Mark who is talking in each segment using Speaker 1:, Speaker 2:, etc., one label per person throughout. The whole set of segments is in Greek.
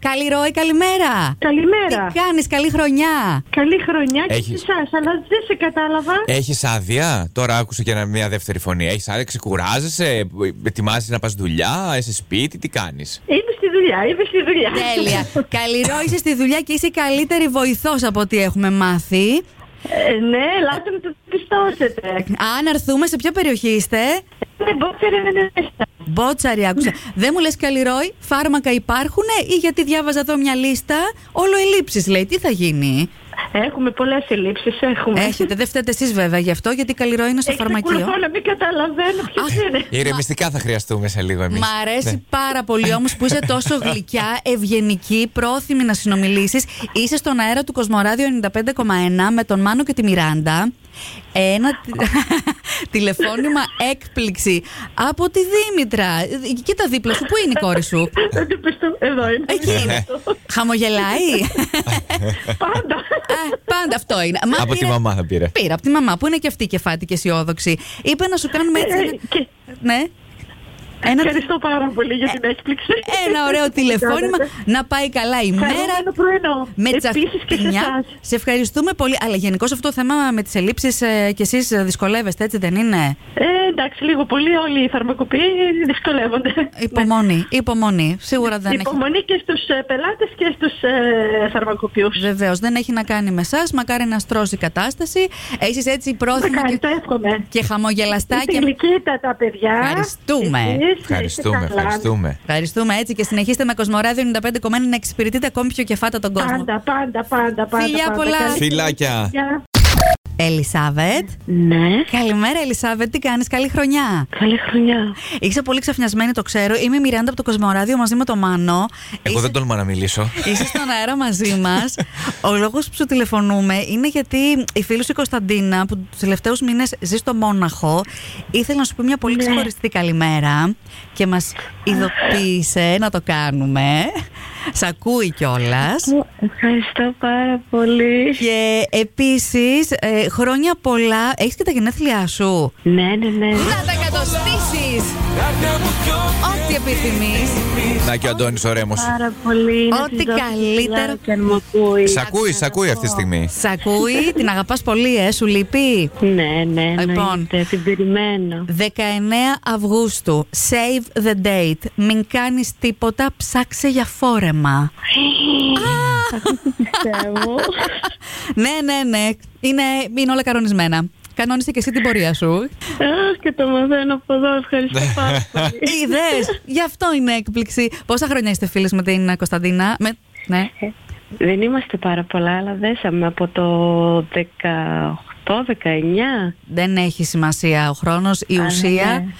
Speaker 1: Καλή Ροή, καλημέρα.
Speaker 2: Καλημέρα.
Speaker 1: Τι κάνεις, καλή χρονιά.
Speaker 2: Καλή χρονιά και
Speaker 3: Έχεις-
Speaker 2: σε
Speaker 3: Ε-
Speaker 2: εσάς, αλλά δεν σε κατάλαβα.
Speaker 3: Έχεις άδεια. Τώρα άκουσε και ένα- μια δεύτερη φωνή. Έχεις άδεια, ξεκουράζεσαι, ετοιμάζεσαι να πας δουλειά, είσαι σπίτι, τι κάνεις.
Speaker 2: Είμαι στη δουλειά, είμαι στη δουλειά.
Speaker 1: Τέλεια. καλή Ροή, είσαι στη δουλειά και είσαι η καλύτερη βοηθός από ό,τι έχουμε μάθει.
Speaker 2: Ε, ναι, ελάτε να το πιστώσετε.
Speaker 1: Αν αρθούμε, σε ποια περιοχή είστε.
Speaker 2: Δεν μπορείτε να είναι μέσα.
Speaker 1: Μπότσαρη, άκουσα. Δεν μου λες καλή Ροή, φάρμακα υπάρχουν ή γιατί διάβαζα εδώ μια λίστα. Όλο ελλείψεις λέει, τι θα γίνει.
Speaker 2: Έχουμε πολλές ελλείψεις, έχουμε.
Speaker 1: Έχετε, δεν φταίτε εσείς βέβαια γι' αυτό, γιατί καλή Ροή είναι στο φαρμακείο.
Speaker 2: Εξακολουθώ να μην καταλαβαίνω ποιος είναι.
Speaker 3: Ηρεμιστικά θα χρειαστούμε σε λίγο Ναι. εμείς.
Speaker 1: Μ' αρέσει πάρα πολύ όμως που είσαι τόσο γλυκιά, ευγενική, πρόθυμη να συνομιλήσεις. Είσαι στον αέρα του Κοσμοράδιο 95,1 με τον Μάνο και τη Μιράντα. Ένα τι- τηλεφώνημα έκπληξη από τη Δήμητρα. Κοίτα δίπλα σου, πού είναι η κόρη σου.
Speaker 2: Δεν το πιστεύω. Εδώ είναι.
Speaker 1: Εκεί είναι. Χαμογελάει.
Speaker 2: Πάντα.
Speaker 1: Α, Πάντα αυτό είναι. Μα
Speaker 3: Από τη
Speaker 1: πήρε-
Speaker 3: μαμά θα πήρε.
Speaker 1: Πήρα από τη μαμά που είναι και αυτή κεφάτη και αισιόδοξη. Είπε να σου κάνουμε έτσι. ένα-
Speaker 2: Ε, και-
Speaker 1: Ναι. Ένα
Speaker 2: Ευχαριστώ πάρα πολύ για την έκπληξη.
Speaker 1: Ε, Ένα ωραίο τηλεφώνημα. να πάει καλά η μέρα.
Speaker 2: Καλό πρωινό.
Speaker 1: Με
Speaker 2: Επίσης και σε
Speaker 1: τσαχπινιά.
Speaker 2: εσάς.
Speaker 1: Σε ευχαριστούμε πολύ. Αλλά γενικώς αυτό το θέμα με τις ελλείψεις και εσεί δυσκολεύεστε, έτσι δεν είναι.
Speaker 2: Ε, εντάξει, λίγο πολύ όλοι οι φαρμακοποιοί δυσκολεύονται. Ναι.
Speaker 1: Υπομονή, υπομονή. Σίγουρα δεν έχει.
Speaker 2: Υπομονή και στους ε, πελάτες και στους ε, φαρμακοποιούς.
Speaker 1: Βεβαίως, δεν έχει να κάνει με εσάς. Μακάρι να στρώσει η κατάσταση. Είσαι έτσι πρόθυμα
Speaker 2: Μακάρι,
Speaker 1: και,
Speaker 2: το εύχομαι.
Speaker 1: και χαμογελαστά.
Speaker 2: Είστε
Speaker 1: Και...
Speaker 2: γλυκύτατα τα παιδιά.
Speaker 1: Ευχαριστούμε.
Speaker 2: Εσείς, να είστε
Speaker 3: Ευχαριστούμε,
Speaker 2: καλά.
Speaker 3: ευχαριστούμε.
Speaker 1: Ευχαριστούμε έτσι και συνεχίστε με Κοσμοράδιο 95,1 να εξυπηρετείτε ακόμη πιο κεφάτα τον κόσμο.
Speaker 2: Πάντα, πάντα, πάντα, πάντα.
Speaker 1: Φιλιά
Speaker 2: πάντα.
Speaker 1: πολλά.
Speaker 2: Καλή
Speaker 3: Φιλάκια.
Speaker 2: χρονιά.
Speaker 1: Ελισάβετ.
Speaker 2: Ναι.
Speaker 1: Καλημέρα, Ελισάβετ. Τι κάνεις, καλή χρονιά.
Speaker 2: Καλή χρονιά.
Speaker 1: Είσαι πολύ ξαφνιασμένη, το ξέρω. Είμαι η Μιράντα από το Κοσμοράδιο μαζί με το Μάνο.
Speaker 3: Εγώ δεν τολμώ να μιλήσω.
Speaker 1: Είσαι στον αέρα μαζί μας. Ο λόγος που σου τηλεφωνούμε είναι γιατί η φίλη σου η Κωνσταντίνα, που τους τελευταίους μήνες ζει στο Μόναχο, ήθελε να σου πει μια πολύ ξεχωριστή καλημέρα και μας ειδοποίησε να το κάνουμε. Σ' ακούει κιόλας.
Speaker 2: Ευχαριστώ πάρα πολύ.
Speaker 1: Και επίσης, χρόνια πολλά. Έχεις και τα γενέθλιά σου.
Speaker 2: Ναι, ναι, ναι.
Speaker 1: Να τα κατοστήσει! Ό,τι επιθυμείς.
Speaker 3: Να και ο Αντώνης ο Ρέμος.
Speaker 2: Πάρα πολύ. Να
Speaker 1: Ό,τι
Speaker 2: της δώσω
Speaker 1: καλύτερο.
Speaker 2: φιλιά Και αν μου ακούει.
Speaker 3: Σ' ακούει, σ' ακούει αυτή τη στιγμή.
Speaker 1: Σ' ακούει, την αγαπάς πολύ, ε, σου λείπει.
Speaker 2: Ναι, ναι,
Speaker 1: Λοιπόν.
Speaker 2: λοιπόν. την περιμένω.
Speaker 1: 19 Αυγούστου. Save the date. Μην κάνεις τίποτα, ψάξε για φόρεμα.
Speaker 2: Πιστεύω.
Speaker 1: ναι, ναι, ναι. Είναι, είναι όλα κανονισμένα. Κανόνισε και εσύ την πορεία σου.
Speaker 2: Αχ, και το μαθαίνω από εδώ. Ευχαριστώ πάρα πολύ.
Speaker 1: Είδε! Γι' αυτό είναι έκπληξη. Πόσα χρόνια είστε φίλες με την Κωνσταντίνα. Με... Ναι.
Speaker 2: Δεν είμαστε πάρα πολλά, αλλά δέσαμε από το 18-19.
Speaker 1: Δεν έχει σημασία ο χρόνος, η ουσία.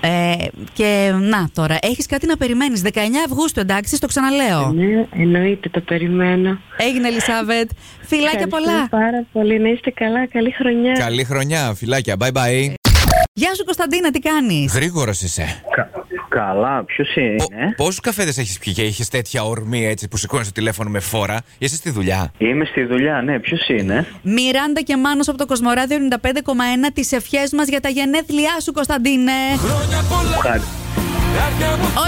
Speaker 1: Ε, και να τώρα, έχεις κάτι να περιμένεις. 19 Αυγούστου, εντάξει, το ξαναλέω.
Speaker 2: Ναι, εννοείται, το περιμένω.
Speaker 1: Έγινε, Ελισάβετ. Φιλάκια
Speaker 2: Ευχαριστούμε
Speaker 1: πολλά.
Speaker 2: πάρα πολύ. Να είστε καλά. Καλή χρονιά.
Speaker 3: Καλή χρονιά, φιλάκια. Bye bye.
Speaker 1: Γεια σου, Κωνσταντίνα, τι κάνεις.
Speaker 3: Γρήγορος είσαι.
Speaker 4: Κα- καλά, ποιος είναι.
Speaker 3: Πόσους καφέδες έχεις πιει και είχες τέτοια ορμή έτσι που σηκώνεις το τηλέφωνο με φόρα. Είσαι στη δουλειά.
Speaker 4: Είμαι στη δουλειά, ναι, ποιος είναι.
Speaker 1: Μιράντα και Μάνος από το Κοσμοράδιο 95,1 τις ευχές μας για τα γενέθλιά σου Κωνσταντίνε
Speaker 4: Ευχα-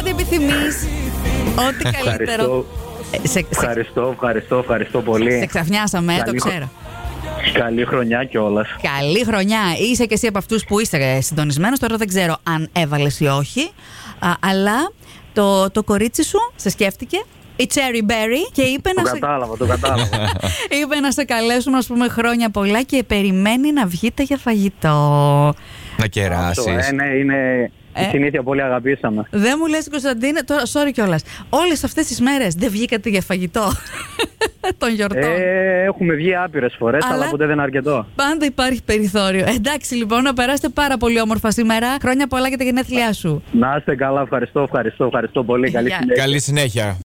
Speaker 1: Ό,τι επιθυμείς Ό,τι καλύτερο
Speaker 4: Ευχαριστώ,
Speaker 1: Ε, σε, σε,
Speaker 4: ευχαριστώ, ευχαριστώ, ευχαριστώ
Speaker 1: σε
Speaker 4: πολύ.
Speaker 1: ξαφνιάσαμε, ε, το
Speaker 4: Καλή χρο-
Speaker 1: ξέρω
Speaker 4: Καλή χρονιά κιόλας.
Speaker 1: Καλή χρονιά, είσαι και εσύ από αυτούς που είσαι ε, συντονισμένος Τώρα δεν ξέρω αν έβαλες ή όχι Α, Αλλά το, το κορίτσι σου σε σκέφτηκε η Cherry Berry και είπε
Speaker 4: Το
Speaker 1: να σε,
Speaker 4: κατάλαβα, το κατάλαβα.
Speaker 1: είπε να σε καλέσουμε ας πούμε χρόνια πολλά και περιμένει να βγείτε για φαγητό.
Speaker 3: Να
Speaker 4: Αυτό,
Speaker 3: κεράσει.
Speaker 4: ε, ναι, είναι η
Speaker 1: Ε.
Speaker 4: συνήθεια πολύ αγαπήσαμε.
Speaker 1: Δεν μου λες Κωνσταντίνε, τώρα sorry κιόλας. Όλες αυτές τις μέρες δεν βγήκατε για φαγητό των γιορτών.
Speaker 4: Ε, έχουμε βγει άπειρες φορές,
Speaker 1: Αλλά-
Speaker 4: αλλά ποτέ δεν είναι αρκετό.
Speaker 1: Πάντα υπάρχει περιθώριο. Εντάξει λοιπόν, να περάσετε πάρα πολύ όμορφα σήμερα. Χρόνια πολλά για τα γενέθλιά σου.
Speaker 4: Να είστε καλά, ευχαριστώ, ευχαριστώ, ευχαριστώ πολύ. Καλή
Speaker 1: Γεια.
Speaker 4: συνέχεια.
Speaker 3: Καλή συνέχεια.